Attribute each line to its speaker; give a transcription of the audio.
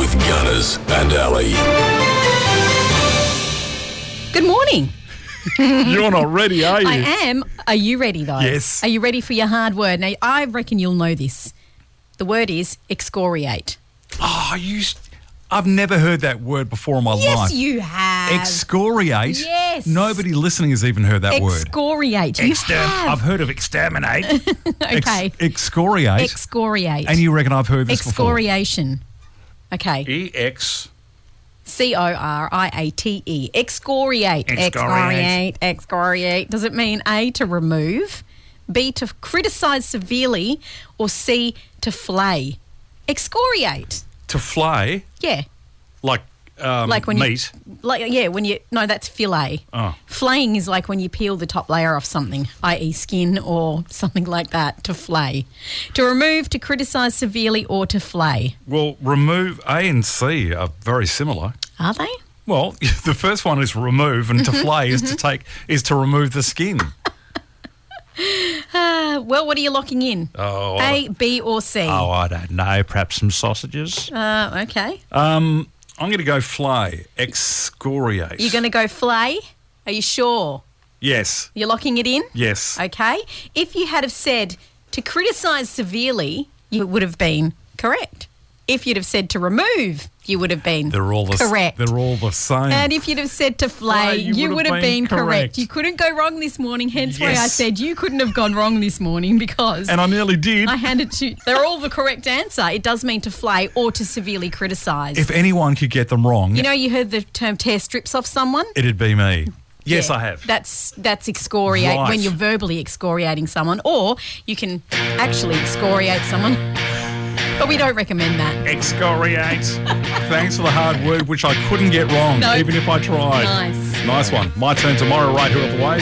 Speaker 1: Maz and Ali.
Speaker 2: Good morning.
Speaker 3: You're not ready, are you?
Speaker 2: I am. Are you ready, though?
Speaker 3: Yes.
Speaker 2: Are you ready for your hard word? Now, I reckon you'll know this. The word is excoriate.
Speaker 3: Oh, you. s- I've never heard that word before in my life.
Speaker 2: Yes, you have.
Speaker 3: Excoriate.
Speaker 2: Yes.
Speaker 3: Nobody listening has even heard that word.
Speaker 2: Excoriate. You
Speaker 3: Exterm- I've
Speaker 2: have.
Speaker 3: heard of exterminate. Ex-
Speaker 2: Okay.
Speaker 3: excoriate.
Speaker 2: Excoriate.
Speaker 3: and you reckon I've heard this
Speaker 2: Excoriation. Okay.
Speaker 3: before? E X.
Speaker 2: C O R I A T E. Excoriate.
Speaker 3: Excoriate.
Speaker 2: Excoriate. E. Excoriate. Does it mean A, to remove, B, to criticise severely, or C, to flay? Excoriate.
Speaker 4: to flay
Speaker 2: Yeah.
Speaker 4: like um,
Speaker 2: Like when
Speaker 4: meat.
Speaker 2: you. Like, yeah, when you. No, that's fillet.
Speaker 4: Oh.
Speaker 2: Flaying is like when you peel the top layer off something, i.e., skin or something like that, to flay. To remove, to criticise severely, or to flay.
Speaker 4: well, remove A and C are very similar.
Speaker 2: Are they?
Speaker 4: Well, the first one is remove, and to flay is to take is to remove the skin.
Speaker 2: Uh, well, what are you locking in?
Speaker 4: Oh,
Speaker 2: A, B, or C?
Speaker 4: Oh, I don't know. Perhaps some sausages.
Speaker 2: Uh, okay.
Speaker 4: Um, I'm going to go flay, excoriate.
Speaker 2: You're going to go flay? Are you sure?
Speaker 4: yes,
Speaker 2: You're locking it in?
Speaker 4: yes.
Speaker 2: Okay. If you had have said to criticise severely, you would have been correct. If you'd have said to remove, you would have been
Speaker 4: They're all the,
Speaker 2: correct.
Speaker 4: They're all the same.
Speaker 2: and if you'd have said to flay,
Speaker 4: Flay,
Speaker 2: you, would have been, correct. You couldn't go wrong this morning, hence why I
Speaker 4: Yes.
Speaker 2: said you couldn't have gone wrong this morning because
Speaker 4: And I nearly did.
Speaker 2: I handed to they're all the correct answer. It does mean to flay or to severely criticise.
Speaker 4: if anyone could get them wrong,
Speaker 2: you know you heard the term tear strips off someone?
Speaker 4: it'd be me. Yes,
Speaker 2: Yeah,
Speaker 4: I have.
Speaker 2: That's that's excoriate
Speaker 4: Right.
Speaker 2: when you're verbally excoriating someone, or you can actually excoriate someone. But we don't recommend that.
Speaker 4: excoriate. Thanks for the hard word, which I couldn't get wrong,
Speaker 2: No.
Speaker 4: even if I tried.
Speaker 2: Nice.
Speaker 4: Nice one. My turn tomorrow, right here at the wave.